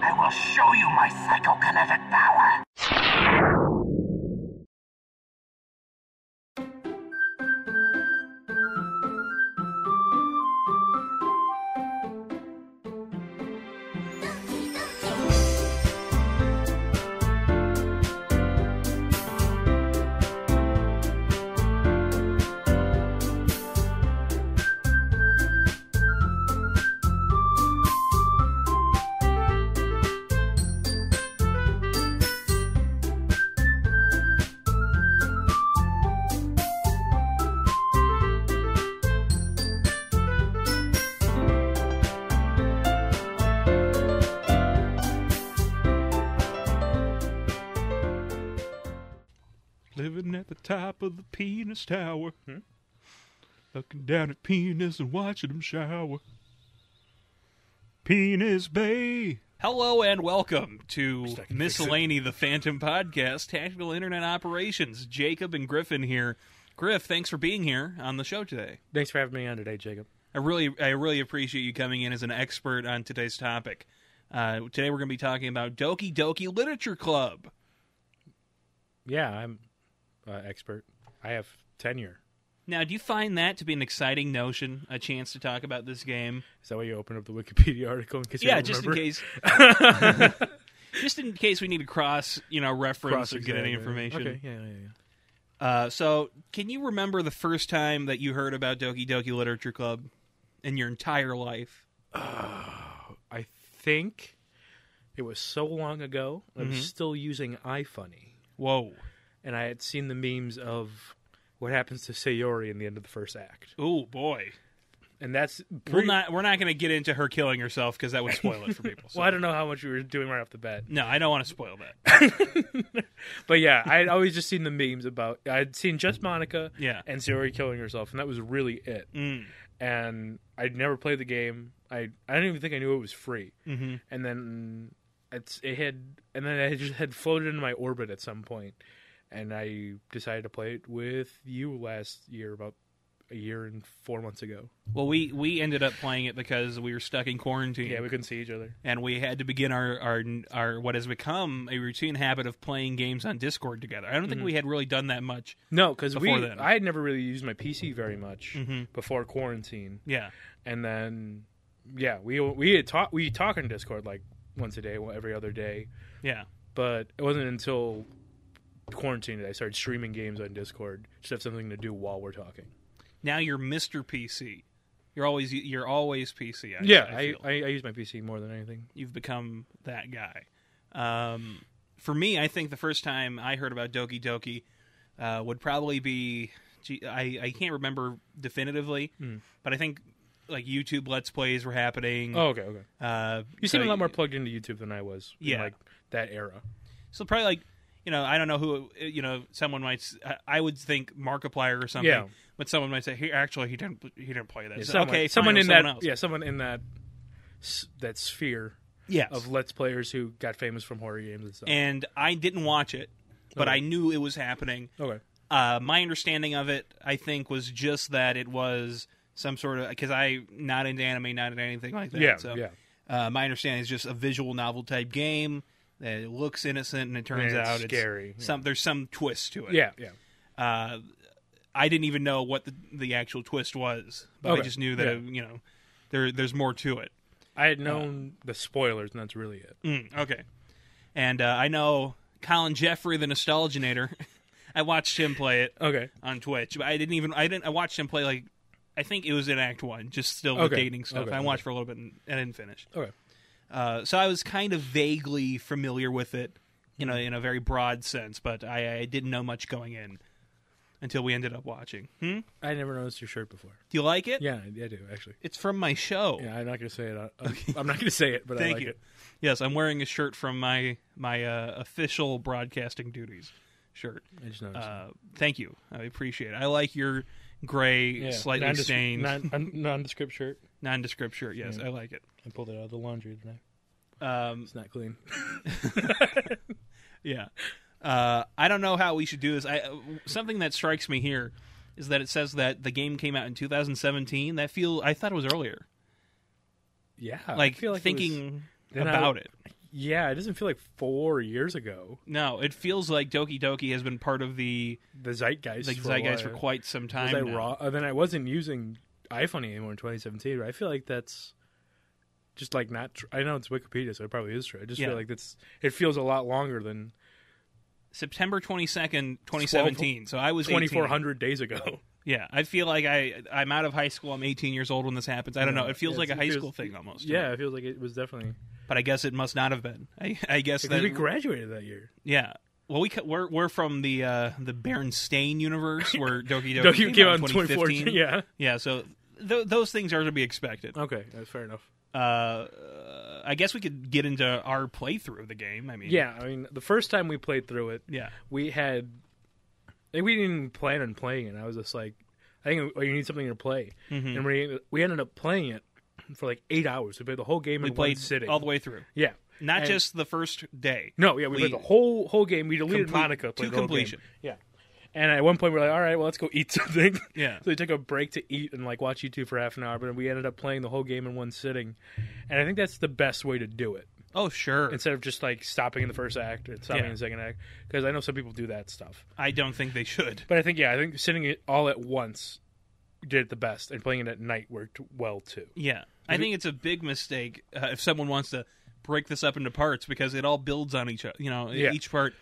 I will show you my psychokinetic power. Living at the top of the penis tower. Hmm? Looking down at penis and watching him shower. Penis Bay. Hello and welcome to I can fix it. Miscellany the Phantom Podcast, Tactical Internet Operations. Jacob and Griffin here. Griff, thanks for being here on the show today. Thanks for having me on today, Jacob. I really, I really appreciate you coming in as an expert on today's topic. Uh, today we're going to be talking about Doki Doki Literature Club. Yeah, I'm uh, expert. I have tenure. Now, do you find that to be an exciting notion? A chance to talk about this game? Is that why you open up the Wikipedia article in case? you yeah, don't just in remember? case. just in case we need to cross, you know, reference or get any information. Okay, yeah, yeah, yeah. Uh, so, can you remember the first time that you heard about Doki Doki Literature Club in your entire life? I think it was so long ago. I Mm-hmm. was still using iFunny, Whoa! and I had seen the memes of what happens to Sayori in the end of the first act, Oh boy! and that's We're pretty, not we're not going to get into her killing herself because that would spoil it for people. So. Well, I don't know how much we were doing right off the bat, no, I don't want to spoil that. but yeah, I had always just seen the memes about. I'd seen just Monica, Yeah. and Sayori killing herself, and that was really it. Mm. and I'd never played the game. I I didn't even think I knew it was free. Mm-hmm. And then it's it had and then it just had floated into my orbit at some point, and I decided to play it with you last year about a year and four months ago. Well, we we ended up playing it because we were stuck in quarantine. Yeah, we couldn't see each other. and we had to begin our, our our what has become a routine habit of playing games on Discord together. I don't Mm-hmm. think we had really done that much. No, because we Before then. I had never really used my PC very much before quarantine, Yeah, and then yeah, we we had talk we talk on Discord like once a day, every other day. yeah. but it wasn't until quarantine that I started streaming games on Discord just to have something to do while we're talking. Now you're Mister PC. You're always you're always PC. I, Yeah, I I, feel. I, I use my PC more than anything. you've become that guy. Um, for me, I think the first time I heard about Doki Doki uh, would probably be gee, I I can't remember definitively, Hmm. but I think like YouTube Let's Plays were happening. Oh, okay, okay. uh, You seem Mm. so a lot more plugged into YouTube than I was. in, Yeah. like that era. So probably like, you know, I don't know who, uh, you know, someone might. s- I- I would think Markiplier or something. Yeah. But someone might say, "He actually he didn't he didn't play that." Yeah, So, someone- okay, fine, someone it in was that someone else. yeah, someone in that s- that sphere Yes. of let's players who got famous from horror games and stuff. and I didn't watch it, but Okay. I knew it was happening. okay, Uh, my understanding of it, I think, was just that it was some sort of because I not into anime, not into anything like that. yeah, so, yeah. Uh, my understanding is just a visual novel type game that it looks innocent and it turns it's out scary, It's yeah. some there's some twist to it. Yeah, yeah. uh, I didn't even know what the, the actual twist was, but I Okay. just knew that Yeah. uh, you know there there's more to it. I Uh, had known the spoilers, and that's really it. Mm, okay, and uh, I know Colin Jeffrey, the Nostalginator. I watched him play it Okay, on Twitch, but I didn't even I didn't I watched him play like I think it was in Act One, just still with Okay. dating stuff. Okay, I watched for a little bit and, and didn't finish. okay. Uh, so I was kind of vaguely familiar with it, you Hmm. know, in a very broad sense, but I, I didn't know much going in until we ended up watching. Hmm? I never noticed your shirt before. Do you like it? Yeah, I, I do actually. It's from my show. Yeah, I'm not gonna say it. I, I'm, I'm not gonna say it, but I Thank like you. it. Yes, I'm wearing a shirt from my my uh, official broadcasting duties shirt. I just noticed. Uh, thank you. I appreciate it. I like your gray, Yeah, slightly nondescri- stained, non- un- nondescript shirt. nondescript shirt. Yes, I like it. I pulled it out of the laundry today. Um, It's not clean. yeah. Uh, I don't know how we should do this. I something that strikes me here is that it says that the game came out in 2017. That feel I thought it was earlier. Yeah, Like, I feel like it was- thinking Then I- about it. yeah, it doesn't feel like four years ago. No, it feels like Doki Doki has been part of the The zeitgeist. like for a zeitgeist while. for quite some Was time. I now. raw? uh, then I wasn't using iPhone anymore in 2017. But I feel like that's just like not. Tr- I know it's Wikipedia, so it probably is true. I just Yeah. feel like that's. It feels a lot longer than September twenty second, twenty seventeen. So I was 18. 2,400 days ago. Yeah, I feel like I I'm out of high school. I'm 18 years old when this happens. I don't know. It feels It's- like a high it feels- school thing almost. to Yeah, me. it feels like it was definitely but I guess it must not have been. I, I guess because that we graduated that year. yeah. Well, we co- we're we're from the uh, the Berenstain universe where Doki Doki, Doki came out in in 2015. 2014. Yeah. yeah. So th- those things are to be expected. Okay, that's fair enough. Uh, I guess we could get into our playthrough of the game. I mean, Yeah, I mean, the first time we played through it, yeah, we had like, we didn't even plan on playing it. I was just like, I think oh, you need something to play, Mm-hmm. and we we ended up playing it for like eight hours. We played the whole game we in played one sitting. all the way through, Yeah, not And- just the first day. no, yeah. We, we- played the whole whole game. We deleted Complete- Monica played to the whole game. completion. Yeah. And at one point, we are like, all right, well, let's go eat something. Yeah. so we took a break to eat and like watch YouTube for half an hour, but we ended up playing the whole game in one sitting. And I think that's the best way to do it Oh sure, instead of just like stopping in the first act and stopping Yeah. in the second act. Because I know some people do that stuff. I don't think they should. But I think yeah, I think sitting it all at once did it the best, and playing it at night worked well too. Yeah, I think it's a big mistake uh, if someone wants to break this up into parts because it all builds on each other. You know, Yeah. each part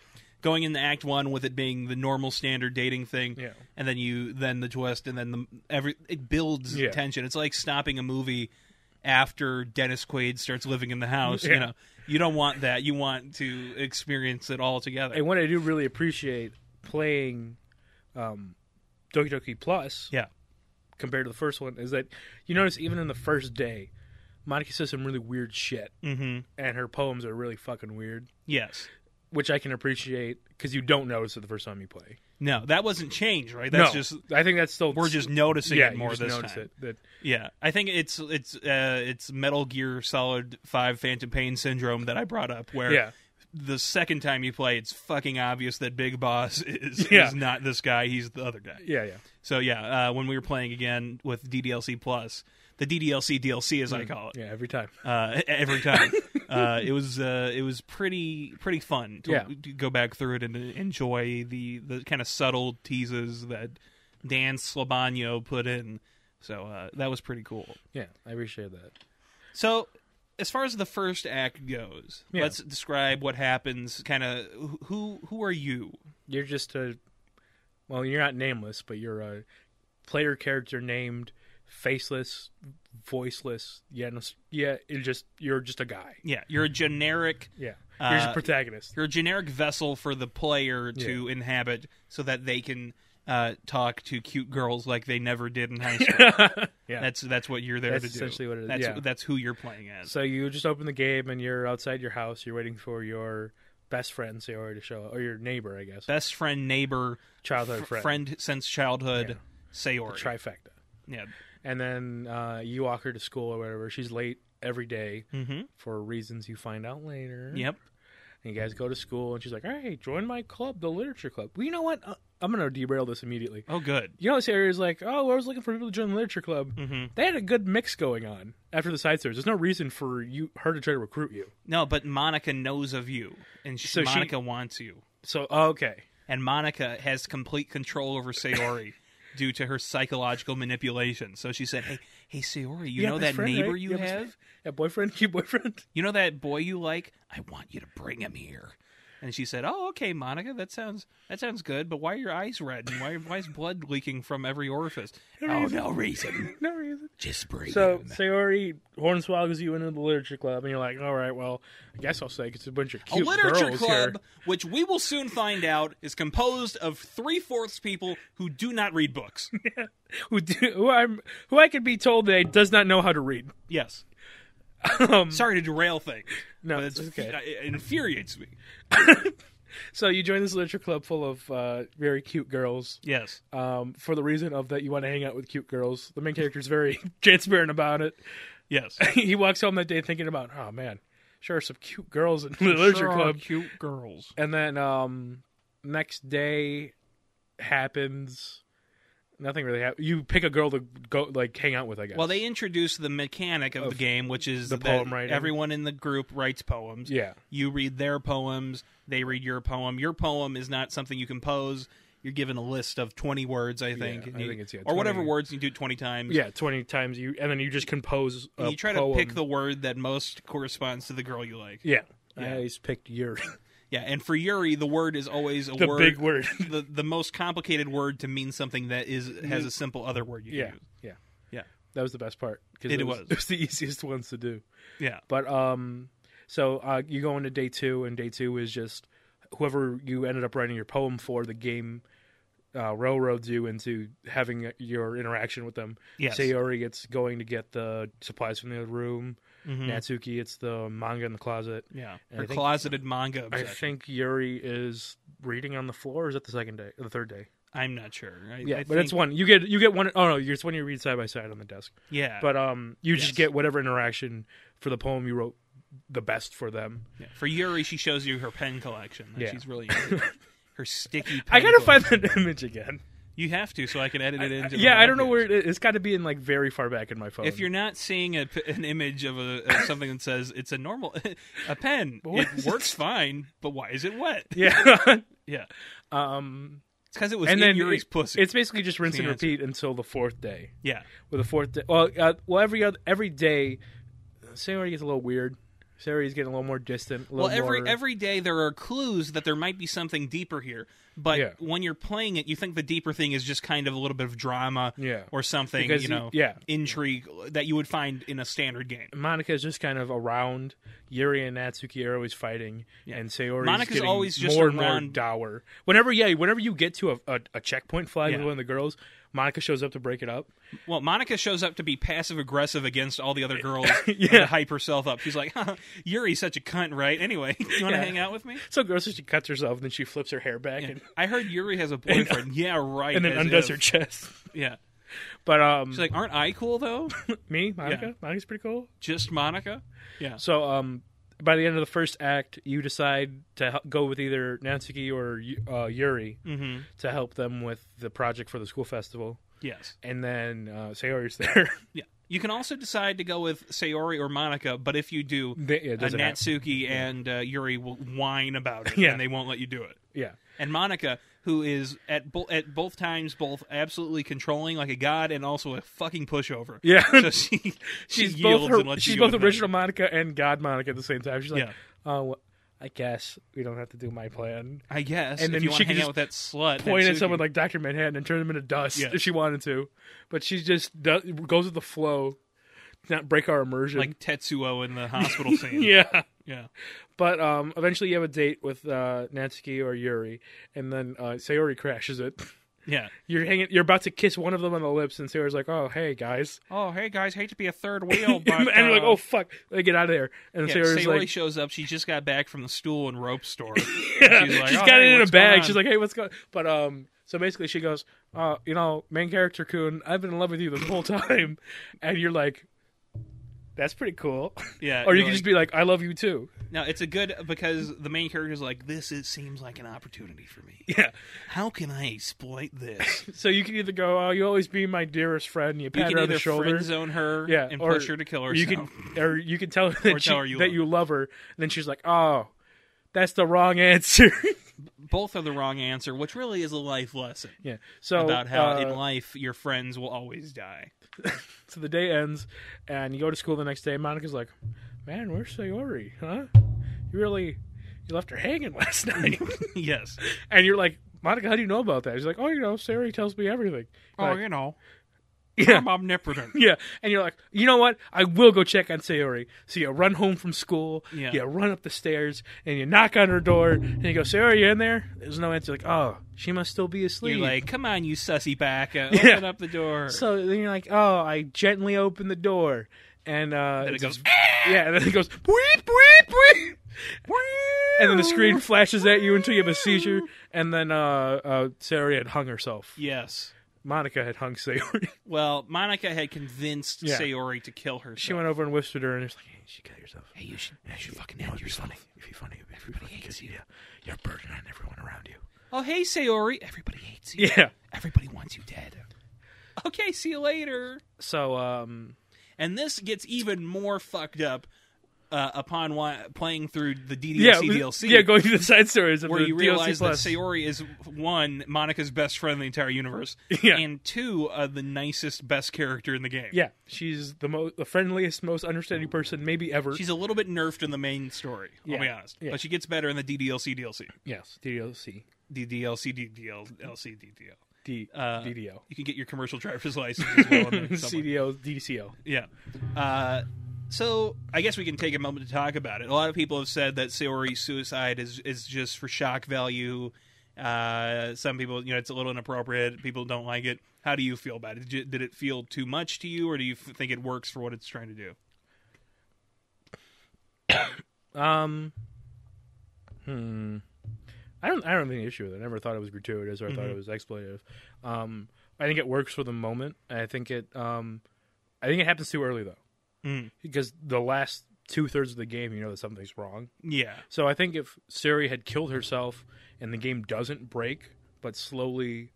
going into Act One with it being the normal standard dating thing, Yeah. and then you then the twist, and then the every it builds Yeah. tension. It's like stopping a movie after Dennis Quaid starts living in the house. You Yeah. know, you don't want that. You want to experience it all together. And what I do really appreciate playing um, Doki Doki Plus yeah, compared to the first one is that you notice even in the first day, Monica says some really weird shit, mm-hmm. and her poems are really fucking weird, yes. which I can appreciate because you don't notice it the first time you play. No, that wasn't changed, right? That's no, just I think that's still we're just noticing yeah, it you more just this notice time. it, that Yeah, I think it's it's uh, it's Metal Gear Solid Five Phantom Pain syndrome that I brought up, where Yeah. the second time you play, it's fucking obvious that Big Boss is, Yeah. is not this guy; he's the other guy. yeah, yeah. So yeah, uh, when we were playing again with DDLC Plus, the DDLC DLC as I call it, Mm. Yeah, every time. uh, every time uh, it was uh, it was pretty pretty fun to Yeah. to go back through it and enjoy the the kind of subtle teases that Dan Slabano put in. So uh, that was pretty cool. Yeah, I appreciate that. So, as far as the first act goes, Yeah. let's describe what happens. Kind of who who are you? You're just a well, you're not nameless, but you're a player character named faceless, voiceless. Yeah, no, yeah, it just you're just a guy. Yeah, you're a generic Yeah, you're just Uh, a protagonist. you're a generic vessel for the player to inhabit, so that they can uh, talk to cute girls like they never did in high school. Yeah. That's that's what you're there That's to do. essentially what it is, That's yeah. that's who you're playing as. so you just open the game and you're outside your house. You're waiting for your best friend Sayori to show up, or your neighbor, I guess, Best friend, neighbor, childhood friend, since childhood, Sayori. trifecta. yeah, And then uh, you walk her to school or whatever. She's late every day Mm-hmm. for reasons you find out later. yep. And you guys go to school, and she's like, "All right, join my club, the literature club." Well, you know what? Uh, I'm gonna derail this immediately. Oh, good. You know, this area is like, "Oh, I was looking for people to join the literature club." Hmm. Mm-hmm. They had a good mix going on after the side series. There's no reason for you her to try to recruit you. No, but Monica knows of you, and she, So she- Monica wants you. So oh, okay, and Monica has complete control over Sayori due to her psychological manipulation. So she said, "Hey, hey, Sayori, you Yeah, know that best friend, neighbor right? you Yeah, best have? friend. yeah, boyfriend, cute boyfriend. You know that boy you like? I want you to bring him here." And she said, "Oh, okay, Monica, that sounds that sounds good, but why are your eyes red and why why is blood leaking from every orifice?" oh, no reason. no reason. Just bring So him. Sayori hornswoggles you into the literature club, and you're like, "All right, well, I guess I'll say it's a bunch of A cute literature girls club, here." which we will soon find out, is composed of three fourths people who do not read books. who do, who I'm who I could be told that does not know how to read." Yes. Um, Sorry to derail things. No, but it's okay. uh, It infuriates me. So you join this literature club full of uh, very cute girls Yes. um, for the reason of that you want to hang out with cute girls. The main character is very transparent about it. Yes. he walks home that day thinking about, oh man, sure are some cute girls in the literature club. cute girls. And then um, next day happens, Nothing really happened. You pick a girl to go like hang out with, I guess. Well, they introduced the mechanic of, the game, which is the that poem writing. everyone in the group writes poems. Yeah. You read their poems, they read your poem. Your poem is not something you compose. You're given a list of 20 words, I think. I and you- think it's, yeah, or whatever 20. words you do 20 times. yeah, twenty times you, and then you just compose. And a you try poem. to pick the word that most corresponds to the girl you like. Yeah, Yeah. I always picked your Yeah, and for Yuri, the word is always a the word, big word. the the most complicated word to mean something that is has a simple other word you can yeah, use. yeah, Yeah. That was the best part because It it, was was. it was the easiest ones to do. Yeah, But um, so uh, you go into day two, and day two is just whoever you ended up writing your poem for. The game uh, railroads you into having your interaction with them. Yes. Sayori, it's going to get the supplies from the other room. Mm-hmm. Natsuki, it's the manga in the closet. Hmm. yeah. And I Her think- closeted manga I obsession. think Yuri is reading on the floor. Or is that the second day or the third day? I'm not sure. I, Yeah, I but it's think- one you get. You get one oh no, it's one you read side by side on the desk. Yeah, But um, you just Yes. get whatever interaction for the poem you wrote the best for them. yeah. for Yuri, she shows you her pen collection. that Yeah. she's really into. her sticky. Pen I gotta collection. find that image again. You have to, so I can edit it into. the yeah, I don't know podcast. where it is. It's got to be in like very far back in my phone. If you're not seeing a, p- an image of, a, of something that says it's a normal a pen, it what is works fine, but why is it wet? yeah, Yeah, um, it's because it was and in then Yuri's it- pussy. It's basically just rinse the and answer. repeat until the fourth day. yeah, With the fourth day, well, uh, well, every other every day, Sayori gets a little weird. Sayori's getting a little more distant. A little Well, every more, every day there are clues that there might be something deeper here, but Yeah. when you're playing it, you think the deeper thing is just kind of a little bit of drama, Yeah. or something, Because you you- know, yeah. intrigue that you would find in a standard game. Monica's just kind of around. Yuri and Natsuki are always fighting, and Sayori's Monica's getting always just more and more around- dour. Whenever, yeah, whenever you get to a, a, a checkpoint flag Yeah. with one of the girls, Monica shows up to break it up. Well, Monica shows up to be passive aggressive against all the other girls and Yeah. to hype herself up. She's like, huh, "Yuri's such a cunt, right? Anyway, you want to Yeah. hang out with me?" So gross that she cuts herself, and then she flips her hair back and, I heard Yuri has a boyfriend. yeah, right. and then as undoes if. her chest. Yeah, But um, she's like, "Aren't I cool though? me, Monica, Monica's pretty cool. Just Monica." Yeah. So um, by the end of the first act, you decide to hel- go with either Natsuki or uh, Yuri Mm-hmm. to help them with the project for the school festival, Yes. and then uh, Sayori's there. Yeah. You can also decide to go with Sayori or Monica, but if you do, They- yeah, it uh, doesn't happen. Natsuki and uh, Yuri will whine about it, Yeah. and they won't let you do it. yeah. And Monica, who is at bo- at both times both absolutely controlling like a god and also a fucking pushover. Yeah. So she, she she's yields both and her, lets she's you both do it. original Monica and God Monica at the same time. She's like, Yeah. oh, well, I guess we don't have to do my plan. I guess. And And then if you want she to can hang out just with that slut, Point at Natsuki. someone like Doctor Manhattan and turn them into dust Yeah. if she wanted to, but she just does, goes with the flow, to not break our immersion. like Tetsuo in the hospital scene. yeah. yeah. But um, eventually, you have a date with uh, Natsuki or Yuri, and then uh, Sayori crashes it. Yeah. You're hanging. You're about to kiss one of them on the lips, and Sayori's like, "Oh, hey guys," Oh, hey guys, hate to be a third wheel, but and you're like, uh, "Oh fuck!" They get out of there, and Yeah, Sayori's Sayori like, shows up. She just got back from the stool and rope store. she's, She's like, "Oh, got hey, it in a what's going bag. on?" She's like, hey, what's going? But um, so basically, she goes, uh, you know, main character Kun, I've been in love with you this whole time, and you're like, that's pretty cool. Yeah, or Uh, you're you can like- just be like, I love you too. No, it's a good because the main character's like, this is, seems like an opportunity for me. Yeah. How can I exploit this? So you can either go, oh, you always be my dearest friend, and you You pat can her on either the shoulder. friend zone her Yeah, and or push her to kill or herself. you can, or you can tell her that, Or she- tell her you that love you love her, and then she's like, oh, that's the wrong answer. Both are the wrong answer, which really is a life lesson yeah. So about how uh, in life your friends will always die. So the day ends, and you go to school the next day. Monica's like, "Man, where's Sayori? Huh? You really, you left her hanging last night." yes. and you're like, "Monica, how do you know about that?" She's like, "Oh, you know, Sayori tells me everything." Oh, You're like, you know, yeah, I'm omnipotent. yeah. And you're like, "You know what? I will go check on Sayori." So you run home from school. Yeah. You run up the stairs and you knock on her door and you go, "Sayori, you in there?" There's no answer. Like, "Oh, she must still be asleep." You're like, come on, you sussy back. Uh, open Yeah. up the door. So then you're like, oh, I gently open the door, and uh, Then it it's- goes, yeah, and then it goes, "Bweep, bweep, bweep." and then the screen flashes at you until you have a seizure, and then uh, uh, Sayori had hung herself. yes. Monica had hung Sayori. Well, Monica had convinced Yeah. Sayori to kill herself. she went over and whispered her, and it's like, hey, she killed herself. Hey, you should, you should fucking end yourself. If you funny, everybody hates you. You're a burden on everyone around you. oh, hey, Sayori. Everybody hates you. Yeah, Everybody wants you dead. okay, see you later. So um, And this gets even more fucked up uh, upon wa- playing through the DDC yeah, we- DLC. yeah, going to the side stories of where the you DLC realize plus. that Sayori is one Monica's best friend in the entire universe, Yeah. and two uh, the nicest, best character in the game. yeah, she's the most the friendliest, most understanding person maybe ever. she's a little bit nerfed in the main story. I'll be Yeah. honest, Yeah. but she gets better in the DDLC DLC, yes, DLC, DDLC DDL LC DDL. D, Uh, DDO, You can get your commercial driver's license as well. in there somewhere. CDO, DDCO. Yeah. Uh, so I guess we can take a moment to talk about it. A lot of people have said that Sayori's suicide is is just for shock value. Uh, some people, you know, it's a little inappropriate. People don't like it. How do you feel about it? Did, you, did it feel too much to you, or do you f- think it works for what it's trying to do? Um, hmm. I don't. I don't have any issue with it. I never thought it was gratuitous or I Mm-hmm. thought it was exploitative. Um, I think it works for the moment. I think it. Um, I think it happens too early though, Mm. because the last two thirds of the game, you know that something's wrong. Yeah, So I think if Siri had killed herself and the game doesn't break but slowly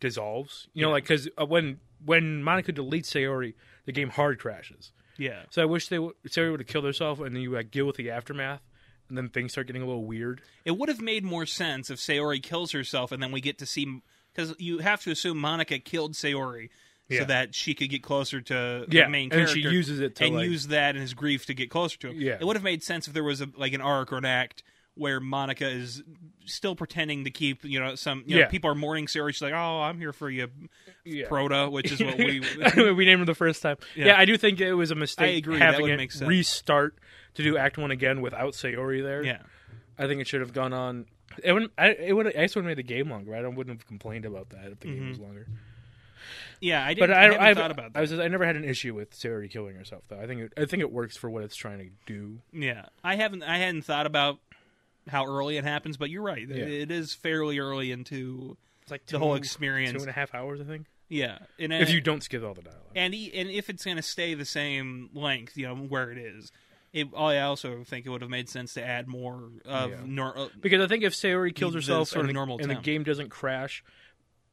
dissolves, you know, like because uh, when when Monica deletes Sayori, the game hard crashes. yeah, So I wish they w- Sari would have killed herself, and then you like deal with the aftermath, and then things start getting a little weird. It would have made more sense if Sayori kills herself, and then we get to see because you have to assume Monica killed Sayori Yeah. so that she could get closer to Yeah, the main and character. she uses it to, and like- use that in his grief to get closer to him. Yeah. it would have made sense if there was a, like an arc or an act where Monica is still pretending to keep you know some you know, Yeah. people are mourning Sayori. She's like, oh, I'm here for you, Yeah. Proto, which is what we. we named her the first time. Yeah. I do think it was a mistake. I agree, that Having would it make sense. restart to do Act One again without Sayori there. yeah. I think it should have gone on. It wouldn't. I, it would. I just would have made the game longer. I don't- wouldn't have complained about that if the game was longer. Mm-hmm. Yeah, I didn't. But I, I, haven't I, thought about that. I was. I never had an issue with Sayori killing herself though. I think. It, I think it works for what it's trying to do. Yeah, I haven't. I hadn't thought about how early it happens, but you're right. Yeah. It is fairly early into It's like the whole two- experience. two and a half hours. I think. yeah, and If you don't skip all the dialogue. and he, and if it's going to stay the same length, you know where it is. It, I also think it would have made sense to add more of Yeah. nor, uh, Because I think if Sayori kills The- the herself sort of and, the, normal and the town. game doesn't crash,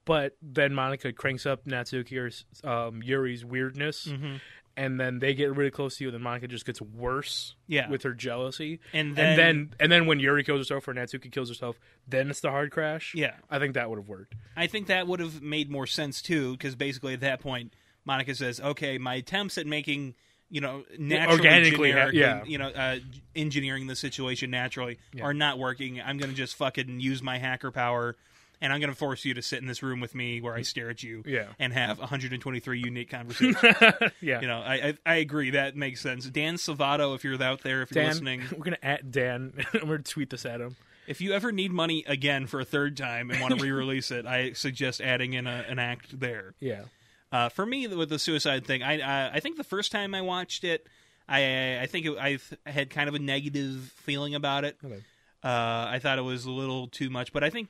but then Monica cranks up Natsuki or um, Yuri's weirdness, Mm-hmm. and then they get really close to you, and then Monica just gets worse Yeah. with her jealousy. And and then- then and then when Yuri kills herself or Natsuki kills herself, then it's the hard crash. Yeah. I think that would have worked. I think that would have made more sense too, because basically at that point, Monica says, "Okay, my attempts at making." You know, naturally, Organically, generic, yeah. You know, uh, engineering the situation naturally are not working. I'm going to just fucking use my hacker power, and I'm going to force you to sit in this room with me where I stare at you, Yeah. and have 123 unique conversations. Yeah. you know, I, I I agree that makes sense. Dan Savato, if you're out there, if you're Dan, listening, we're gonna at Dan. and we're gonna tweet this at him. if you ever need money again for a third time and want to re-release it, I suggest adding in a, an act there. Yeah, Uh, for me, with the suicide thing, I, I I think the first time I watched it, I I think it, I th- had kind of a negative feeling about it. Okay. Uh, I thought it was a little too much, but I think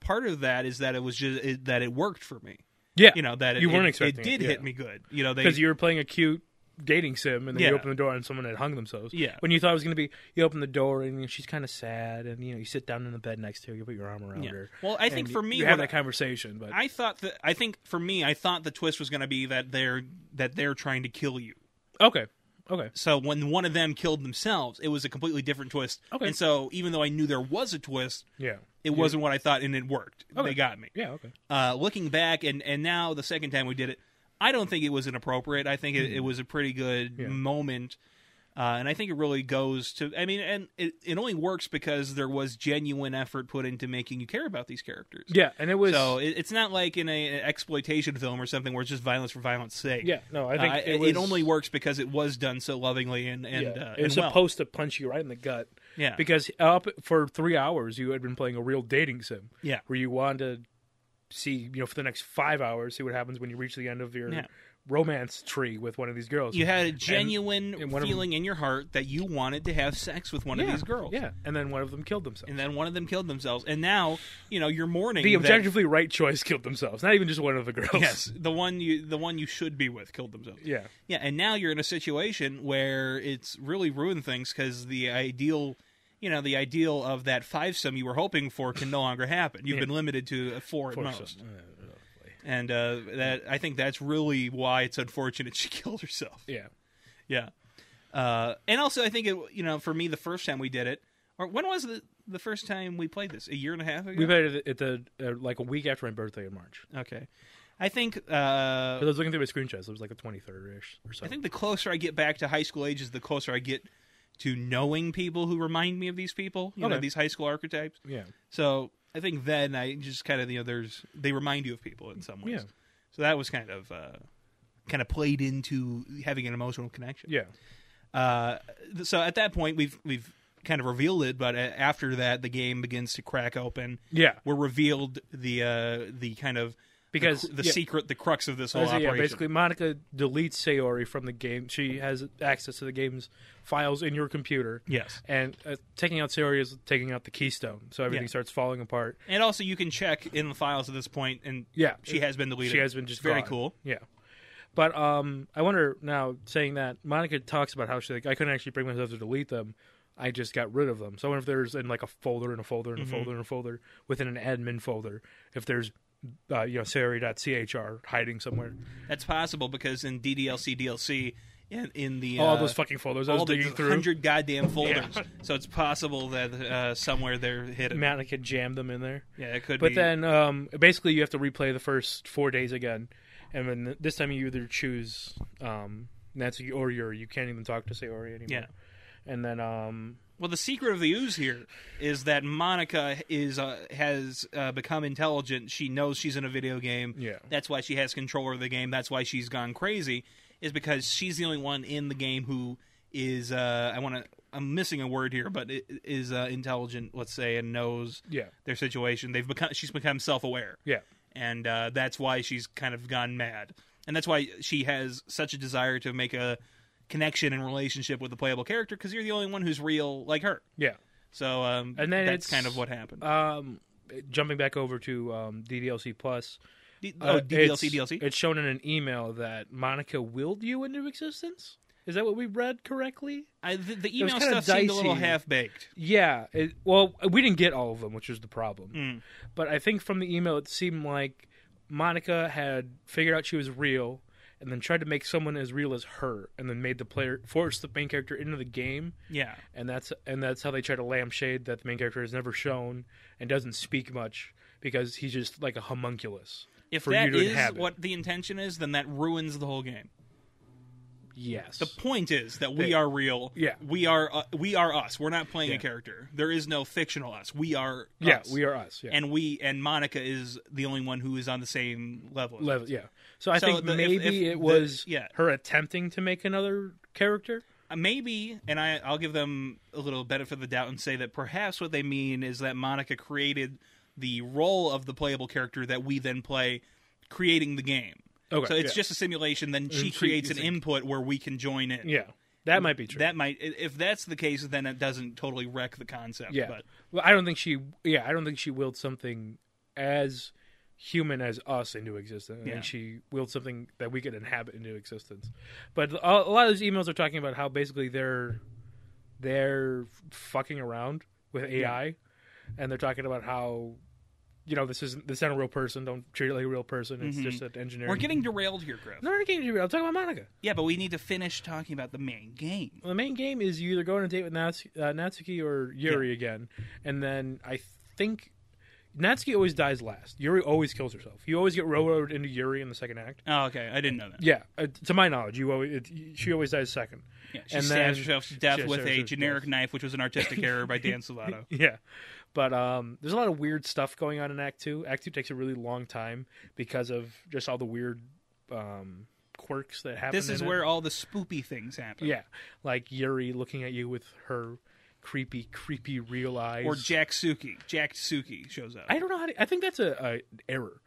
part of that is that it was just it, that it worked for me. yeah. You know that it, You weren't it- expecting it did it, yeah. hit me good. You know they because you were playing a cute dating sim and then Yeah. you open the door and someone had hung themselves. Yeah. When you thought it was going to be, you open the door and she's kind of sad and you know you sit down in the bed next to her, you put your arm around Yeah. her. Well, I think and for you- me, you have what that conversation, but I thought that I think for me, I thought the twist was going to be that they're that they're trying to kill you. okay, okay, So when one of them killed themselves, it was a completely different twist. Okay. And so even though I knew there was a twist, yeah, it wasn't what I thought, and it worked. They got me. yeah, okay. Uh, looking back, and and now the second time we did it, I don't think it was inappropriate. I think it, Hmm. it was a pretty good moment. Uh, and I think it really goes to. I mean, and it, it only works because there was genuine effort put into making you care about these characters. Yeah, and it was. So it, it's not like in a, an exploitation film or something where it's just violence for violence' sake. yeah, no, I I think uh, it, it, was, only works because it was done so lovingly and and, Yeah, uh, it was and well. supposed to punch you right in the gut. Yeah. because up for three hours you had been playing a real dating sim. Yeah. where you wanted to see you know for the next five hours see what happens when you reach the end of your Yeah. romance tree with one of these girls. You had a genuine and one of them- feeling in your heart that you wanted to have sex with one of these girls. Yeah, and then one of them killed themselves. And then one of them killed themselves, and now you know you're mourning. the that- objectively right choice killed themselves, not even just one of the girls. yes, the one you the one you should be with killed themselves. Yeah. Yeah, and now you're in a situation where it's really ruined things because the ideal, you know, the ideal of that five sum you were hoping for can no longer happen. You've been limited to a four at most. and uh, that I think that's really why it's unfortunate she killed herself. Yeah. Yeah, uh, and also I think it you know for me the first time we did it, or when was the the first time we played this? A year and a half ago. We played it at the uh, like a week after my birthday in March. okay, I think Because I uh, was looking through my screenshots. It was like the 23rd ish or I something. think the closer I get back to high school ages, the closer I get to knowing people who remind me of these people. You know Okay. these high school archetypes. yeah. So I think then I just kind of you know there's they remind you of people in some ways. Yeah. So that was kind of uh, kind of played into having an emotional connection. Yeah. Uh, th- so at that point we've we've kind of revealed it, but uh, after that the game begins to crack open. Yeah. We're revealed the uh, the kind of Because- the, cr- the yeah. secret the crux of this whole As a- yeah, operation. basically, Monica deletes Sayori from the game. She has access to the game's files in your computer. Yes. And uh, taking out Sayori is taking out the keystone. So everything Yeah. starts falling apart. And also you can check in the files at this point, and Yeah. she has been deleted. She has been just very gone. cool. Yeah. But um, I wonder now, saying that, Monica talks about how she like, I couldn't actually bring myself to delete them. I just got rid of them. So I wonder if there's in like a folder and a folder Mm-hmm. and a folder and a folder within an admin folder, if there's, uh, you know, Sayori.chr hiding somewhere. That's possible because in DDLC DLC in, in the all uh, those fucking folders I all was the digging through. hundred goddamn folders. So it's possible that uh, somewhere they're hidden. Monica jammed them in there. yeah, it could But be. then, um, basically, you have to replay the first four days again, and then this time you either choose um, Natsuki or Yuri. You can't even talk to Sayori anymore. Yeah. And then, um, well, the secret of the ooze here is that Monica is uh, has uh, become intelligent. She knows she's in a video game. Yeah. that's why she has control of the game. That's why she's gone crazy. Is because she's the only one in the game who is. Uh, I want to. I'm missing a word here, but i- is uh, intelligent. Let's say and knows Yeah. their situation. They've become. She's become self aware. yeah, and uh, that's why she's kind of gone mad, and that's why she has such a desire to make a connection and relationship with the playable character because you're the only one who's real like her. yeah. So, um, And then that's it's- kind of what happened. Um, jumping back over to um, DDLC Plus. D- uh, oh, DLC, it's- DLC. It's shown in an email that Monica willed you into existence. Is that what we read correctly? I, the, the was email kinda stuff seemed a little dicey. half baked. Yeah. It, well, we didn't get all of them, which was the problem. Hmm. But I think from the email, it seemed like Monica had figured out she was real, and then tried to make someone as real as her, and then made the player force the main character into the game, Yeah, and that's and that's how they try to lampshade that the main character is never shown and doesn't speak much because he's just like a homunculus. if for that you to is inhabit. what the intention is, then that ruins the whole game. Yes. The point is that we They- are real. Yeah. we are. Uh, we are us. We're not playing a Yeah. character. There is no fictional us. We are. yeah, us. we are us. Yeah. And we and Monica is the only one who is on the same level. as Level, yeah. So I So think the- if- maybe if the- it was yeah. her attempting to make another character. Uh, maybe, and I, I'll give them a little benefit of the doubt and say that perhaps what they mean is that Monica created the role of the playable character that we then play, creating the game. Okay, so it's yeah. just a simulation. Then she she creates is an a- input where we can join in. Yeah. That might be true. That might, i- if that's the case, then it doesn't totally wreck the concept. Yeah. but Well, I don't think she. Yeah, I don't think she willed something as human as us into existence. I Yeah. think she willed something that we could inhabit into existence. But a, a lot of those emails are talking about how basically they're they're fucking around with AI, and they're talking about how you know this isn't this isn't a real person. Don't treat it like a real person. It's just an engineer. we're getting derailed here, Griff. no, we're not getting real. I'm talking about Monica. Yeah, but we need to finish talking about the main game. Well, the main game is you either go on a date with Nats- uh, Natsuki or Yuri again, and then I think Natsuki always dies last. Yuri always kills herself. You always get railroaded into Yuri in the second act. Oh, okay, I didn't know that. Yeah, uh, to my knowledge, you always it, she always dies second. Yeah, she And stabs then- herself to death Yeah, with a stabs herself to generic death. knife, which was an artistic error by Dan Salato. Yeah, but um, there's a lot of weird stuff going on in Act Two. Act Two takes a really long time because of just all the weird um, quirks that happen. This is in it. where all the spoopy things happen. yeah, like Yuri looking at you with her creepy, creepy real eyes, Or Jack Suki. Jack Suki shows up. I don't know how to. I think that's a, a error.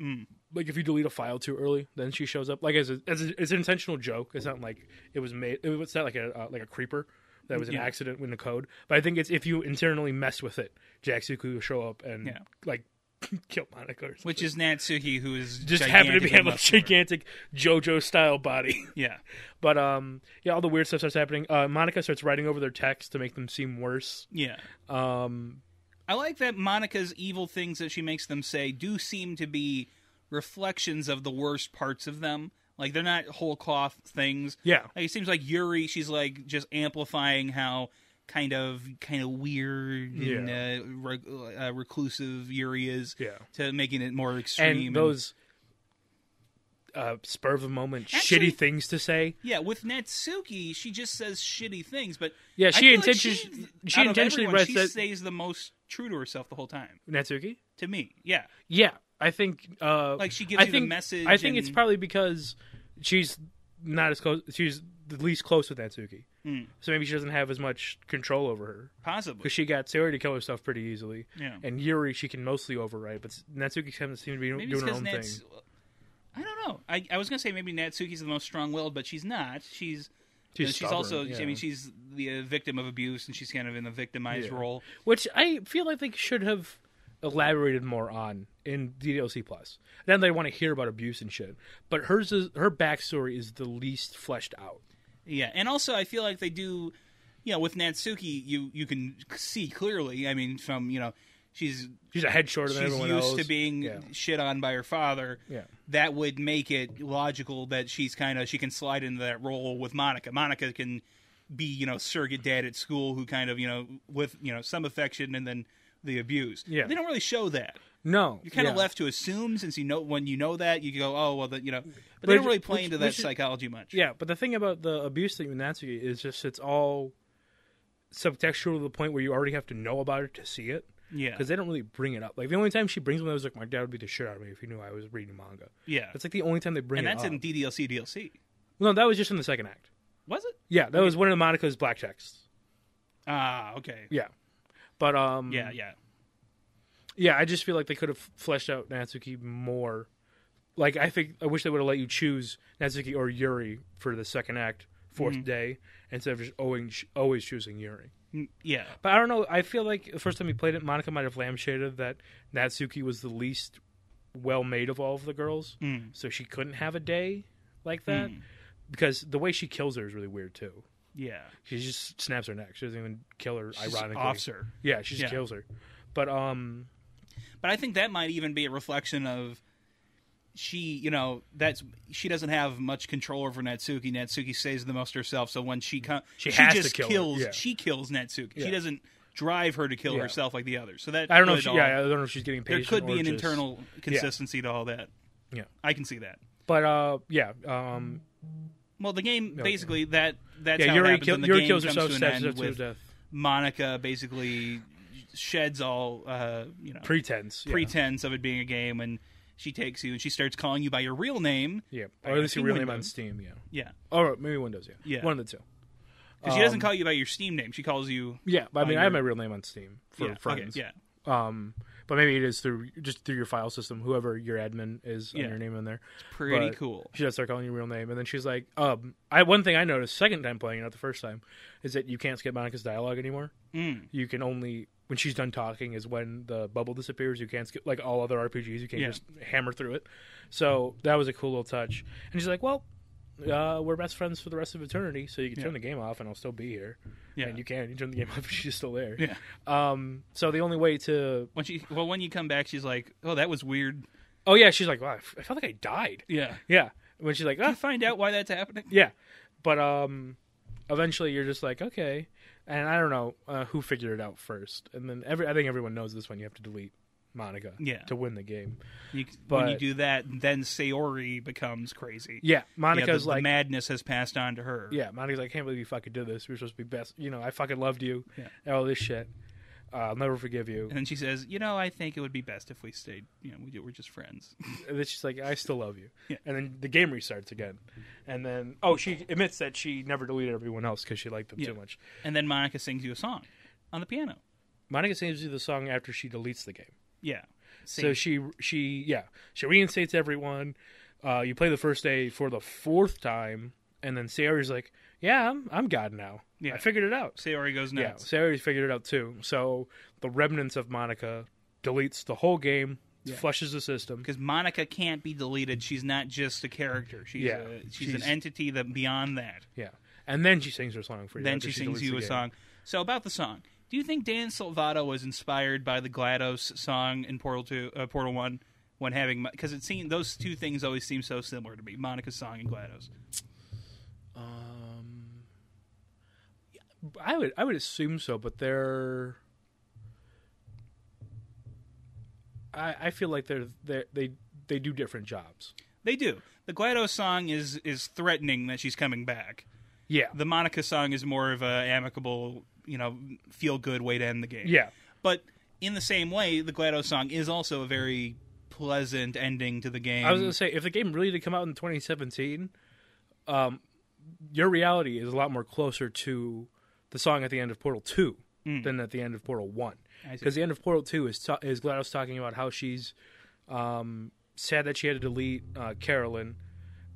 Mm. Like if you delete a file too early, then she shows up. Like as a, as a, it's an intentional joke. It's not like it was made. It was it's not like a uh, like a creeper that was an Yeah. accident in the code. But I think it's if you internally mess with it, Jacksuku will show up and Yeah. like kill Monica or something. which is Natsuki, who is just gigantic happened to be and have a muscular. gigantic JoJo style body. Yeah. but um, yeah, all the weird stuff starts happening. Uh, Monica starts writing over their text to make them seem worse. Yeah. Um, I like that Monica's evil things that she makes them say do seem to be reflections of the worst parts of them. Like they're not whole cloth things. Yeah. Like, it seems like Yuri, she's like just amplifying how kind of kind of weird and uh, re- uh, reclusive Yuri is. Yeah. To making it more extreme. And those uh, spur of the moment, Actually- shitty things to say. yeah, with Natsuki, she just says shitty things, but Yeah, I she feel like intention- she's- she out of intentionally everyone, she writes that- stays the most true to herself the whole time. Natsuki. To me, yeah. Yeah, I think. Uh, Like, she gives I you the think- message I think it's and- probably because she's not as close. She's the least close with Natsuki, Mm. so maybe she doesn't have as much control over her. Possibly. Because she got Sayori to kill herself pretty easily, Yeah. and Yuri she can mostly overwrite, but Natsuki seems to be maybe it's doing her because own Nats. thing. I don't know. I, I was gonna say maybe Natsuki's the most strongue-willed, but she's not. She's She's she's stubborn, also. yeah. I mean, she's the uh, victim of abuse, and she's kind of in the victimized Yeah. role. which I feel like they should have elaborated more on in DLC Plus. Then they want to hear about abuse and shit, but hers is her backstory is the least fleshed out. Yeah, and also I feel like they do, you know, with Natsuki, you you can see clearly. I mean, from you know, she's She's a head shorter than she's everyone used else. to being Yeah. shit on by her father. Yeah. That would make it logical that she's kind of she can slide into that role with Monica. Monica can be you know surrogate dad at school who kind of you know with you know some affection and then the abuse. Yeah. They don't really show that. no, You're kind of yeah. left to assume since you know when you know that you go oh well that you know but, But they don't really play which- into that which is- psychology much. Yeah, but the thing about the abuse thing with Natsuki is just it's all subtextual to the point where you already have to know about it to see it. Yeah. Because they don't really bring it up. Like the only time she brings one, I was like, my dad would beat the shit out of me if he knew I was reading manga. Yeah. That's like the only time they bring And it that's up. in DDLC DLC. no, that was just in the second act. Was it? Yeah, that was one of Monica's black texts. Ah, okay. Yeah, but um, Yeah, yeah. yeah. I just feel like they could have fleshed out Natsuki more. Like I think I wish they would have let you choose Natsuki or Yuri for the second act, 4th Mm-hmm. day, instead of just always always choosing Yuri. Mm, Yeah. But I don't know. I feel like the first time we played it, Monica might have lampshaded that Natsuki was the least well made of all of the girls, Mm. so she couldn't have a day like that. Because the way she kills her is really weird too. Yeah. She just snaps her neck. She doesn't even kill her. Just ironically, offs her. Yeah, she just Yeah. kills her. But um, But I think that might even be a reflection of she, you know, that's she doesn't have much control over Natsuki. Natsuki stays the most herself. So when she comes, She has to just kill her, kills. yeah. She kills Natsuki. Yeah. She doesn't drive her to kill Yeah. herself like the others. So that I don't know. really If she, all- yeah, I don't know if she's getting paid. there could be an internal consistency to all that. Yeah. I can see that. But uh, yeah, um, Well, the game Okay. basically that that's yeah. how it Yuri, happens, kill, and the Yuri game kills comes herself, to an stabs end herself to with death. Monica basically sheds all uh, you know Pretense. Yeah. pretense of it being a game and she takes you and she starts calling you by your real name. Yeah, or at least I think you real name on Windows. Steam. Yeah, Yeah. or maybe Windows. Yeah, Yeah. one of the two. Because she Um, doesn't call you by your Steam name. She calls you Yeah, but I mean, On I have my your- real name on Steam for yeah, friends. Okay, yeah. Um, but maybe it is through just through your file system, whoever your admin is, on Yeah. your name in there. Pretty But cool. She does start calling your real name, and then she's like, "Um, I one thing I noticed second time playing, not the first time, is that you can't skip Monica's dialogue anymore. Mm. You can only when she's done talking is when the bubble disappears. You can't skip like all other RPGs. You can't Yeah. just hammer through it. So that was a cool little touch. And she's like, "Well, uh, we're best friends for the rest of eternity, so you can turn the game off, and I'll still be here. Yeah. And you can you turn the game off, and she's still there. Yeah. Um. So the only way to When she well when you come back she's like, "Oh, that was weird." oh yeah, she's like, "Wow, I f- I felt like I died. Yeah. Yeah. When she's like, You "Ah, find out why that's happening. Yeah, but um, eventually you're just like, okay, and I don't know uh, who figured it out first, and then every I think everyone knows this one. You have to delete Monica, Yeah. to win the game. You, when But- you do that, then Sayori becomes crazy. Yeah, Yeah, the, Monica's the like, madness has passed on to her. yeah, Monica's like, I can't believe you fucking did this. We were supposed to be best. You know, I fucking loved you. Yeah. and all this shit. Uh, I'll never forgive you. And then she says, "You know, I think it would be best if we stayed. You know, we do, we're just friends." And then she's like, I still love you. Yeah. And then the game restarts again. And then, oh, she admits that she never deleted everyone else because she liked them Yeah. too much. and then Monica sings you a song on the piano. Monica sings you the song after she deletes the game. Yeah. So Sing. she she yeah she reinstates everyone. Uh, you play the first day for the fourth time, and then Sayori's like, "Yeah, I'm I'm God now. Yeah. I figured it out." Sayori goes Yeah, nuts. Sayori's figured it out too. So the remnants of Monica deletes the whole game, flushes the system. because Monica can't be deleted. She's not just a character. She's Yeah. a, she's, an She's- entity that beyond that. Yeah, and then she sings her song for you. then after she sings deletes you the a game. song. So about the song, do you think Dan Salvato was inspired by the Glados song in Portal Two, uh, Portal One, when having because it seemed those two things always seem so similar to me: Monica's song and Glados. Um, I would I would assume so, but they're. I I feel like they're they they they do different jobs. They do. The Glados song is is threatening that she's coming back. Yeah. The Monica song is more of a amicable, you know, feel good way to end the game. yeah. But in the same way, the Glados song is also a very pleasant ending to the game. I was gonna say if the game really did come out in 2017, um, your reality is a lot more closer to the song at the end of Portal Two than at the end of Portal One, Mm. I see. because the end of Portal Two is ta- is Gladys talking about how she's um, sad that she had to delete uh, Carolyn,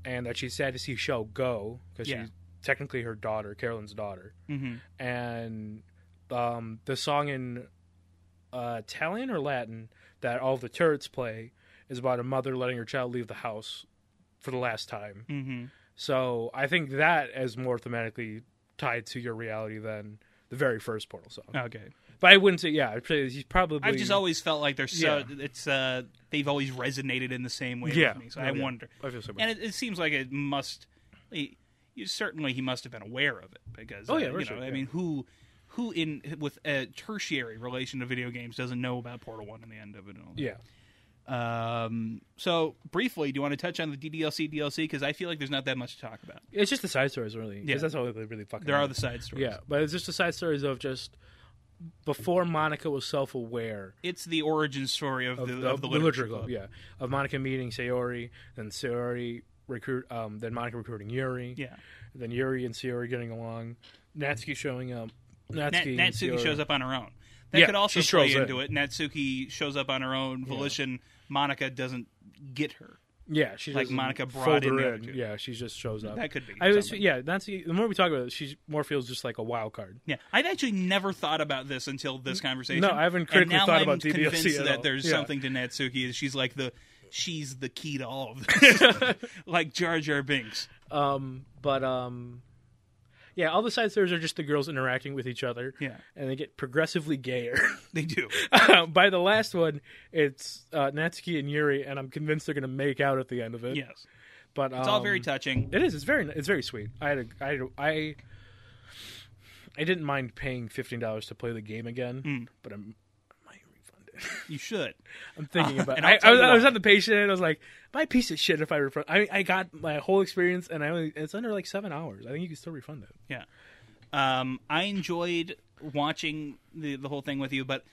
and that she's sad to see Shell go because Yeah. she's technically her daughter, Carolyn's daughter, Mhm. and um, the song in uh, Italian or Latin that all of the turrets play is about a mother letting her child leave the house for the last time. Mhm. So I think that is more thematically tied to your reality than the very first Portal song. Okay. But I wouldn't say, yeah, I'd say he's probably. I've just always felt like they're so Yeah. it's uh they've always resonated in the same way Yeah. with me. So No, I yeah. wonder. I feel so bad. And it, it seems like it must. He, you- certainly, he must have been aware of it because. Oh, uh, yeah, you for know, sure, I yeah. mean, who, who in with a tertiary relation to video games doesn't know about Portal One and the end of it and all that. yeah. Um. So briefly, do you want to touch on the DDLC DLC? Because I feel like there's not that much to talk about. It's just the side stories, really. Yeah. Because that's all they really fucking There are do. the side stories. Yeah, but it's just the side stories of just before Monica was self aware, It's the origin story of, the, of the literature, club. Yeah, of Monica meeting Sayori, then Sayori recruit, um, then Monica recruiting Yuri, Yeah. then Yuri and Sayori getting along, Natsuki showing up, Nat- Natsuki, and Natsuki Sayori. shows up on her own. That Yeah, could also she play strolls in. into it. Natsuki shows up on her own volition. Monica doesn't get her. Yeah, she like doesn't Monica fold brought in her the other two. Yeah, she just shows up. That could be I was, something. yeah, Natsuki. The more we talk about it, she more feels just like a wild card. Yeah, I've actually never thought about this until this conversation. no, I haven't And critically now thought I'm about DDLC convinced at that all. there's Yeah. something to Natsuki. Is she's like the she's the key to all of this, like Jar Jar Binks. Um, but um, yeah, all the side stories are just the girls interacting with each other. Yeah. and they get progressively gayer. They do. By the last one, it's uh, Natsuki and Yuri, and I'm convinced they're going to make out at the end of it. Yes, but um, it's all very touching. It is. It's very. It's very sweet. I had. A, I. Had a, I. I didn't mind paying fifteen dollars to play the game again, Hmm. but I'm. I might refund it. You should. I'm thinking about. and I, I'll I, tell was, you I was why. on the patient, and I was like, "My piece of shit if I refund." I I got my whole experience, and I only it's under like seven hours. I think you can still refund it. Yeah. Um, I enjoyed watching the the whole thing with you, but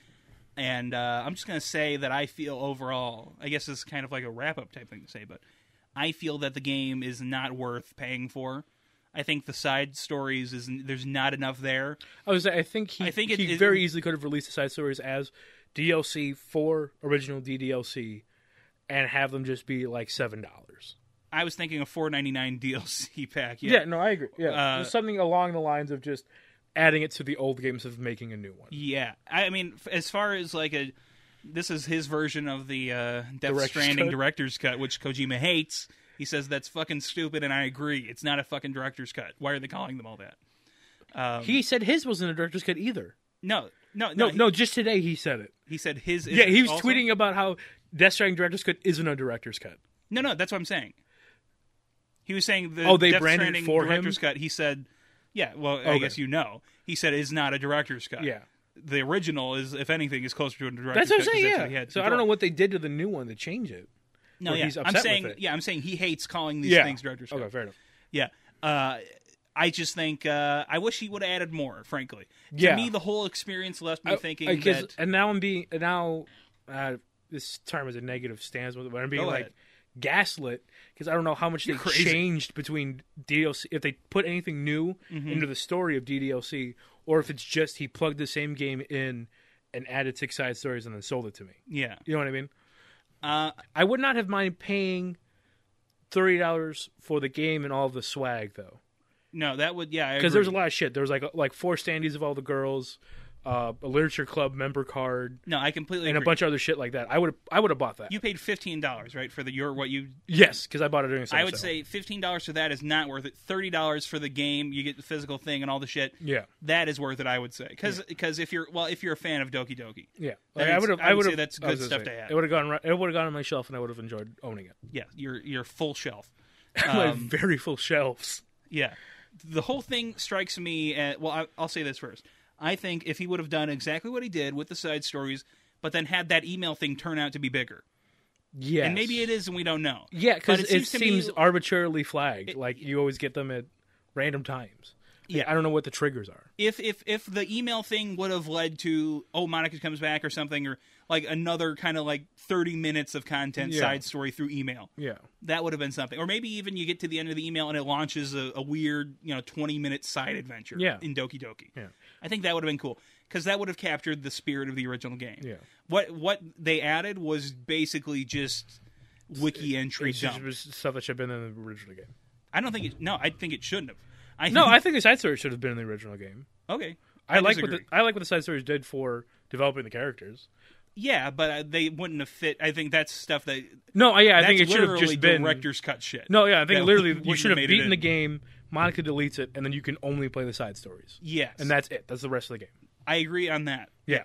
and uh, I'm just gonna say that I feel overall. I guess it's kind of like a wrap up type thing to say, but I feel that the game is not worth paying for. I think the side stories is there's not enough there. I was. I think he. I think it- he it- very easily could have released the side stories as DLC for original DDLC, and have them just be like seven dollars. I was thinking a 4.99 DLC pack. Yeah. Yeah. no, I agree. Yeah, Uh, Just something along the lines of just adding it to the old games of making a new one. Yeah. I mean, f- as far as like a this is his version of the uh, Death Director's Stranding cut. director's cut, which Kojima hates. He says that's fucking stupid, and I agree. It's not a fucking director's cut. Why are they calling them all that? he said his wasn't a director's cut either. No, no, no. No, Um, he, no, just today he said it. he said his. Is Yeah, he was also- tweeting about how Death Stranding director's cut isn't a director's cut. No, no, that's what I'm saying. He was saying the Oh, they Death branded it Stranding for him? director's cut. He said, yeah. Well, I Okay. guess you know. He said it's not a director's cut. Yeah. The original is, if anything, is closer to a director's That's what I'm cut. 'cause saying. that's Yeah. he had so I don't control. know what they did to the new one to change it. No, where yeah. he's I'm upset with saying, it. yeah, I'm saying he hates calling these yeah. things director's cut. Okay, fair enough. Yeah. Uh, I just think uh, I wish he would have added more. Frankly, Yeah. to me, the whole experience left me I- thinking I guess- that and now I'm being and now uh, this term is a negative stance, but I'm being Go like ahead. gaslit because I don't know how much they crazy. changed between DDLC if they put anything new Mm-hmm. into the story of DDLC or if it's just he plugged the same game in and added six side stories and then sold it to me. yeah. You know what I mean? Uh, I would not have mind paying thirty dollars for the game and all the swag though no, that would yeah. I because agree. there's a lot of shit. There was like like four standees of all the girls, uh, a literature club member card, No, I completely and a agree. bunch of other shit like that. I would I would have bought that. You paid fifteen dollars, right, for the your what you. yes, because I bought it during. a summer I would sale. say fifteen dollars for that is not worth it. Thirty dollars for the game, you get the physical thing and all the shit. Yeah, That is worth it, I would say, because if you're well, if you're a fan of Doki Doki, yeah. That I is- would have. I would say would've- that's I was good gonna stuff say, to have. It would have gone. Right, it would have gone on my shelf, and I would have enjoyed owning it. yeah, your your full shelf. my Um, very full shelves. Yeah, the whole thing strikes me. At, well, I, I'll say this first. I think if he would have done exactly what he did with the side stories, but then had that email thing turn out to be bigger, Yeah, and maybe it is, and we don't know. Yeah, because But it, it seems, seems to me- arbitrarily flagged. like you always get them at random times. Yeah. I don't know what the triggers are. if if if the email thing would have led to oh Monica comes back or something or like another kind of like 30 minutes of content Yeah. side story through email Yeah, that would have been something or maybe even you get to the end of the email and it launches a, a weird you know 20 minute side adventure Yeah. in Doki Doki Yeah. I think that would have been cool because that would have captured the spirit of the original game Yeah. what what they added was basically just wiki entry it's dump just, it was stuff that should have been in the original game. I don't think it no I think it shouldn't have I No, I think, think the side story should have been in the original game. okay I, like what disagree. the, I like what the side stories did for developing the characters. Yeah, but uh, they wouldn't have fit. I think that's stuff that No, yeah, I that's think it should have literally just been director's cut shit. No, yeah, I think That literally wouldn't you should have made it beaten in. the game. Monica deletes it, and then you can only play the side stories, Yes, and that's it. That's the rest of the game. I agree on that. Yeah,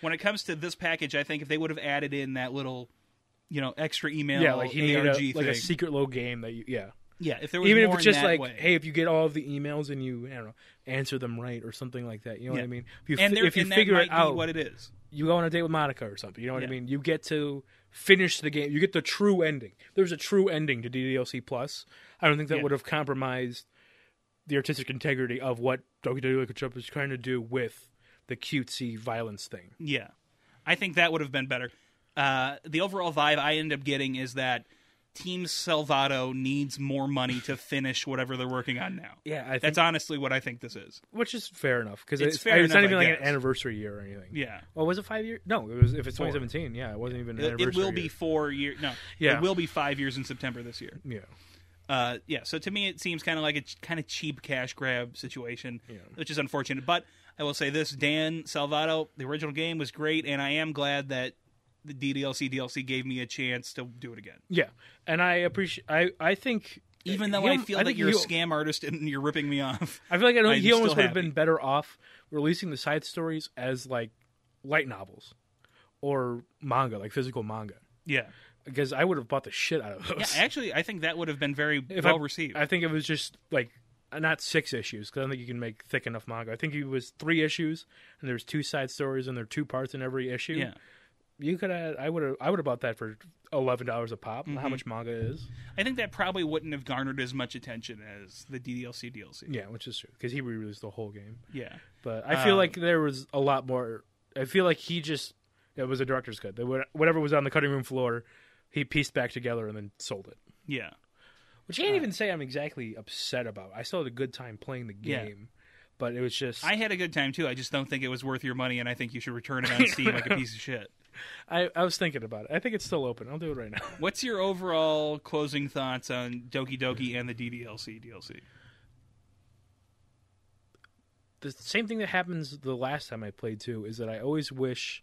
When it comes to this package, I think if they would have added in that little, you know, extra email, yeah, like he made a, ARG thing, like a secret little game that you yeah. yeah, if there was even if more it's in just that like way. hey if you get all of the emails and you i don't know answer them right or something like that you know what Yeah. i mean if you, and fi- there, if you and figure that it might out be what it is. you go on a date with monica or something you know what i Yeah. mean you get to finish the game you get the true ending there's a true ending to ddlc plus i don't think that Yeah. would have compromised the artistic integrity of what doki doki Doki Jump is trying to do with the cutesy violence thing Yeah, I think that would have been better. Uh, the overall vibe I end up getting is that Team Salvato needs more money to finish whatever they're working on now. yeah i think That's honestly what I think this is. which is fair enough because It's it's, fair it's not enough, even I like an guess. anniversary year or anything Yeah. well was it five years no it was if it's 2017 yeah it wasn't even an It, anniversary it will be year. four years. No, Yeah. it will be five years in September this year. Yeah. Uh, yeah. So to me, it seems kind of like a ch- kind of cheap cash grab situation, Yeah. which is unfortunate. But I will say this: Dan Salvato, the original game was great, and I am glad that the DDLC DLC gave me a chance to do it again. Yeah. And I appreciate I I think Even though he I al- feel I that think you're he- a scam artist and you're ripping me off. I feel like I don't, I'm he almost still would have happy. been better off releasing the side stories as like light novels or manga, like physical manga. Yeah. Because I would have bought the shit out of Yeah. those. Actually, I think that would have been very If well I, received. I think it was just like uh, not six issues because I don't think you can make thick enough manga. I think it was three issues and there's two side stories and there are two parts in every issue. yeah. you could have. I would have. I would have bought that for eleven dollars a pop. How Mm-hmm. much manga is? I think that probably wouldn't have garnered as much attention as the DDLC DLC. Yeah, which is true because he re-released the whole game. Yeah. But I feel Um, like there was a lot more. I feel like he just it was a director's cut. That what- Whatever was on the cutting room floor, he pieced back together and then sold it. Uh, Yeah. Which I can't even say I'm exactly upset about. I still had a good time playing the Yeah. game, but it was just I had a good time too. I just don't think it was worth your money, and I think you should return it on Steam like a piece of shit. I, I was thinking about it. I think it's still open. I'll do it right now. What's your overall closing thoughts on Doki Doki and the DDLC DLC? the same thing that happens the last time I played too is that I always wish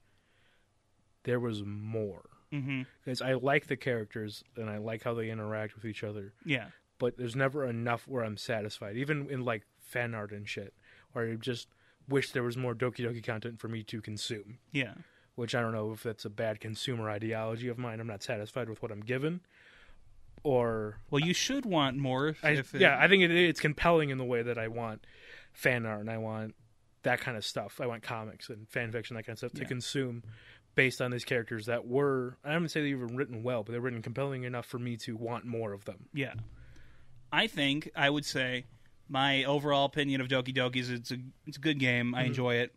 there was more Mm-hmm. because I like the characters and I like how they interact with each other. Yeah, but there's never enough where I'm satisfied, even in like fan art and shit, where I just wish there was more Doki Doki content for me to consume. yeah, Which I don't know if that's a bad consumer ideology of mine. I'm not satisfied with what I'm given, or Well, you should want more. If, I, if it- yeah, I think it, it's compelling in the way that I want fan art and I want that kind of stuff. I want comics and fan fiction, that kind of stuff to Yeah. consume based on these characters that were I don't say they were written well, but they're written compelling enough for me to want more of them. yeah. I think I would say my overall opinion of Doki Doki is it's a it's a good game. I enjoy it.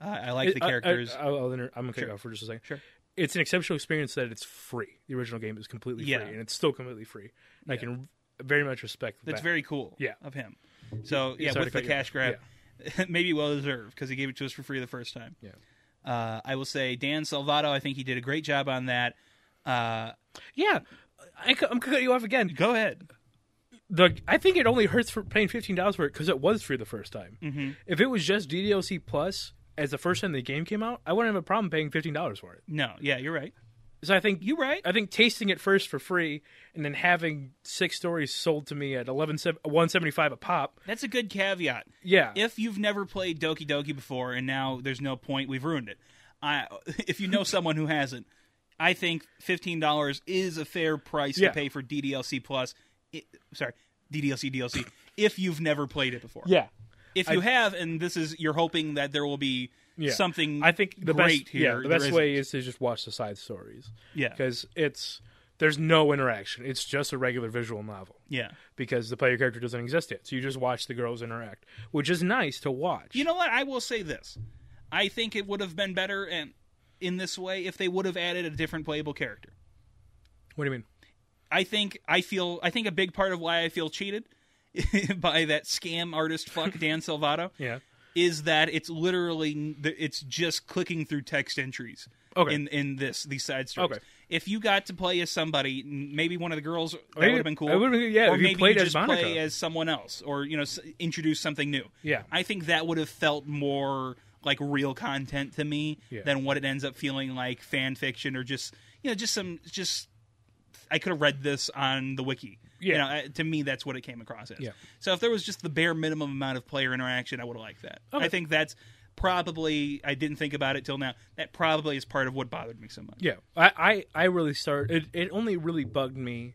Uh, I like the Hmm. I- I- characters. I, will inter- I'm gonna cut you Sure. off for just a second. Sure. It's an exceptional experience that it's free. The original game is completely Yeah. free, and it's still completely free. And I can very much respect That's that. very cool. Yeah. of him. So yeah, Sorry to with the cut you cash off. grab, maybe well deserved because he gave it to us for free the first time. Yeah. Uh, I will say Dan Salvato. I think he did a great job on that. Uh, yeah. I, am gonna cut you off again. go ahead. The I think Mm-hmm. it only hurts for paying fifteen dollars for it because it was free the first time. If it was just DDLC plus, as the first time the game came out, I wouldn't have a problem paying fifteen dollars for it. No, yeah, you're right. So I think You're right. I think tasting it first for free and then having six stories sold to me at 11 175 a pop. That's a good caveat. Yeah. If you've never played Doki Doki before and now there's no point, we've ruined it. I, if you know someone who hasn't, I think fifteen dollars is a fair price Yeah. to pay for DDLC plus. i sorry, DDLC DLC. if you've never played it before, yeah. If you have, and this is you're hoping that there will be Yeah. something. I think the great best here. yeah, the there best isn't. way is to just watch the side stories. yeah, Cuz it's there's no interaction. It's just a regular visual novel yeah. because the player character doesn't exist yet. So you just watch the girls interact, which is nice to watch. You know what? I will say this. I think it would have been better and in this way if they would have added a different playable character. what do you mean? I think I feel I think a big part of why I feel cheated by that scam artist fuck Dan Salvato Yeah. is that it's literally it's just clicking through text entries. Okay. In in this these side stories. Okay. If you got to play as somebody, maybe one of the girls, that would Maybe- have been cool. that Oh, would've been- yeah, or if you maybe played as just Monica. play as someone else, or you know, s- introduce something new. Yeah. I think that would have felt more like real content to me Yeah. than what it ends up feeling like fan fiction or just you know just some just I could have read this on the wiki. You Yeah. know, I- to me that's what it came across as. Yeah. So if there was just the bare minimum amount of player interaction, I would have liked that. Okay. I think that's probably I didn't think about it till now. That probably is part of what bothered me so much. Yeah, I I, I really started. It, it only really bugged me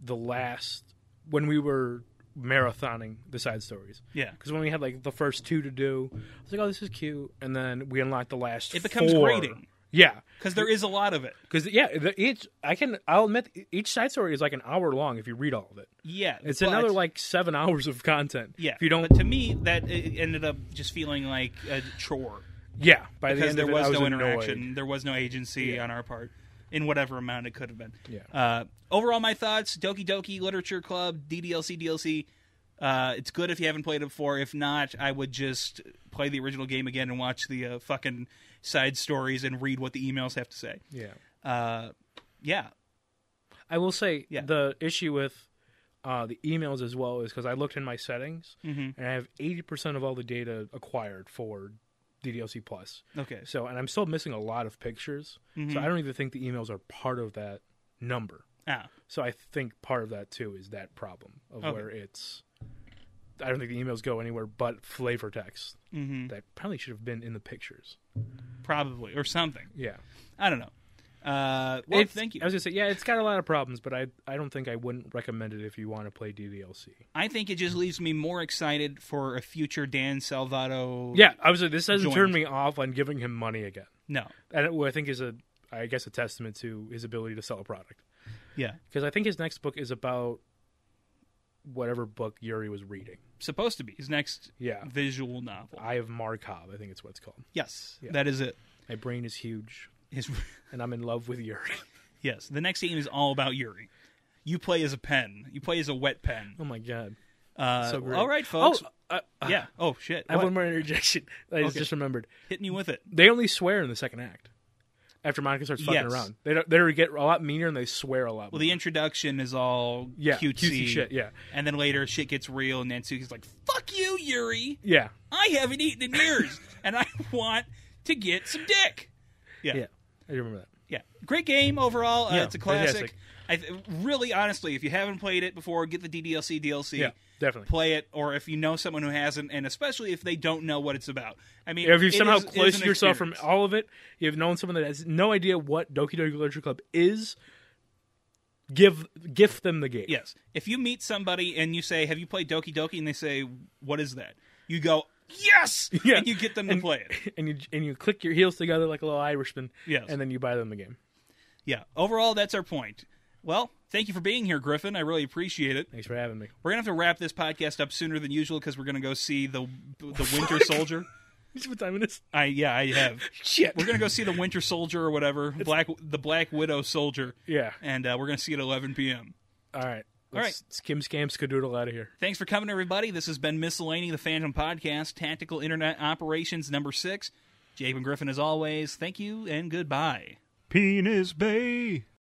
the last when we were marathoning the side stories. Yeah. because when we had like the first two to do, I was like, oh, this is cute, and then we unlocked the last. It becomes four. grating. Yeah, Cuz there is a lot of it. because yeah, the, each I can I'll admit each side story is like an hour long if you read all of it. Yeah. It's but- another like seven hours of content. Yeah. if you don't. but to me that it ended up just feeling like a chore. yeah, by the because end there of it, was, I was no annoyed. interaction, there was no agency on our part, in whatever amount it could have been. Yeah. Uh, overall, my thoughts: Doki Doki Literature Club, DDLC DLC. Uh, it's good if you haven't played it before. If not, I would just play the original game again and watch the uh, fucking side stories and read what the emails have to say. Yeah. Uh, yeah, I will say Yeah. the issue with uh, the emails as well is because I looked in my settings Mm-hmm. and I have eighty percent of all the data acquired for DDLC Plus. okay, So, and I'm still missing a lot of pictures. Mm-hmm. So I don't even think the emails are part of that number. ah, So I think part of that too is that problem of Okay. where it's. I don't think the emails go anywhere but flavor text Mhm. that probably should have been in the pictures. probably or something. Yeah. I don't know. Uh, well, It's- thank you. I was gonna say, yeah, it's got a lot of problems, but I I don't think I wouldn't recommend it if you want to play DDLC. I think it just leaves me more excited for a future Dan Salvato. Yeah, I was like, this doesn't turn joined. me off on giving him money again. No. And it- what I think is a, I guess, a testament to his ability to sell a product. Yeah. Because I think his next book is about whatever book Yuri was reading. supposed to be his next Yeah. visual novel. Eye of Markov, I think it's what it's called. yes, Yeah. that is it. My brain is huge, His, and I'm in love with Yuri. yes, the next game is all about Yuri. You play as a pen. You play as a wet pen. Oh my god, Uh, so great! All right, folks. Oh, uh, uh, yeah. Oh shit. I have What? one more interjection. that I Okay. just remembered. Hitting you with it. They only swear in the second act. After Monica starts fucking Yes. around, they don't, they get a lot meaner and they swear a Well, lot. more. the introduction is all yeah, cutesy, cutesy shit. Yeah, and then later shit gets real, and Nancy's like, "Fuck you, Yuri. yeah. I haven't eaten in years, and I want to get some dick." Yeah. Yeah, I do remember that. Yeah, great game overall. Uh, Yeah, it's a classic. fantastic. I th- really, honestly, if you haven't played it before, get the DDLC DLC. Yeah, definitely. Play it, or if you know someone who hasn't, and especially if they don't know what it's about. I mean, If you it somehow is- is close an yourself from experience. all of it, you've known someone that has no idea what Doki Doki Literature Club is. Give gift them the game. yes, if you meet somebody and you say, "Have you played Doki Doki?" and they say, "What is that?" you go, "Yes!" Yeah. and you get them to play it. and you and you click your heels together like a little Irishman. Yes. and then you buy them the game. Yeah. Overall, that's our point. Well, thank you for being here, Griffin. I really appreciate it. Thanks for having me. We're gonna have to wrap this podcast up sooner than usual because we're gonna go see the the Winter Soldier. what time it is? I yeah, I have. Shit. We're gonna go see the Winter Soldier or whatever Black the Black Widow Soldier, yeah. and uh, we're gonna see it at 11 p.m. All right. All right. Let's Skim scam skadoodle out of here. Thanks for coming, everybody. This has been Miscellany, the Phantom Podcast, Tactical Internet Operations Number Six. Jabin Griffin, as always. Thank you and goodbye. Penis Bay.